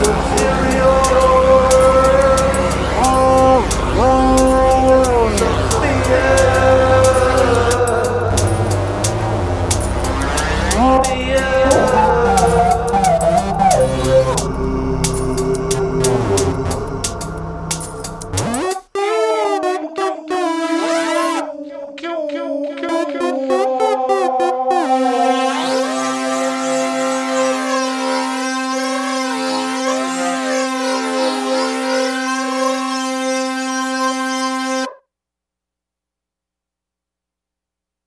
Superior.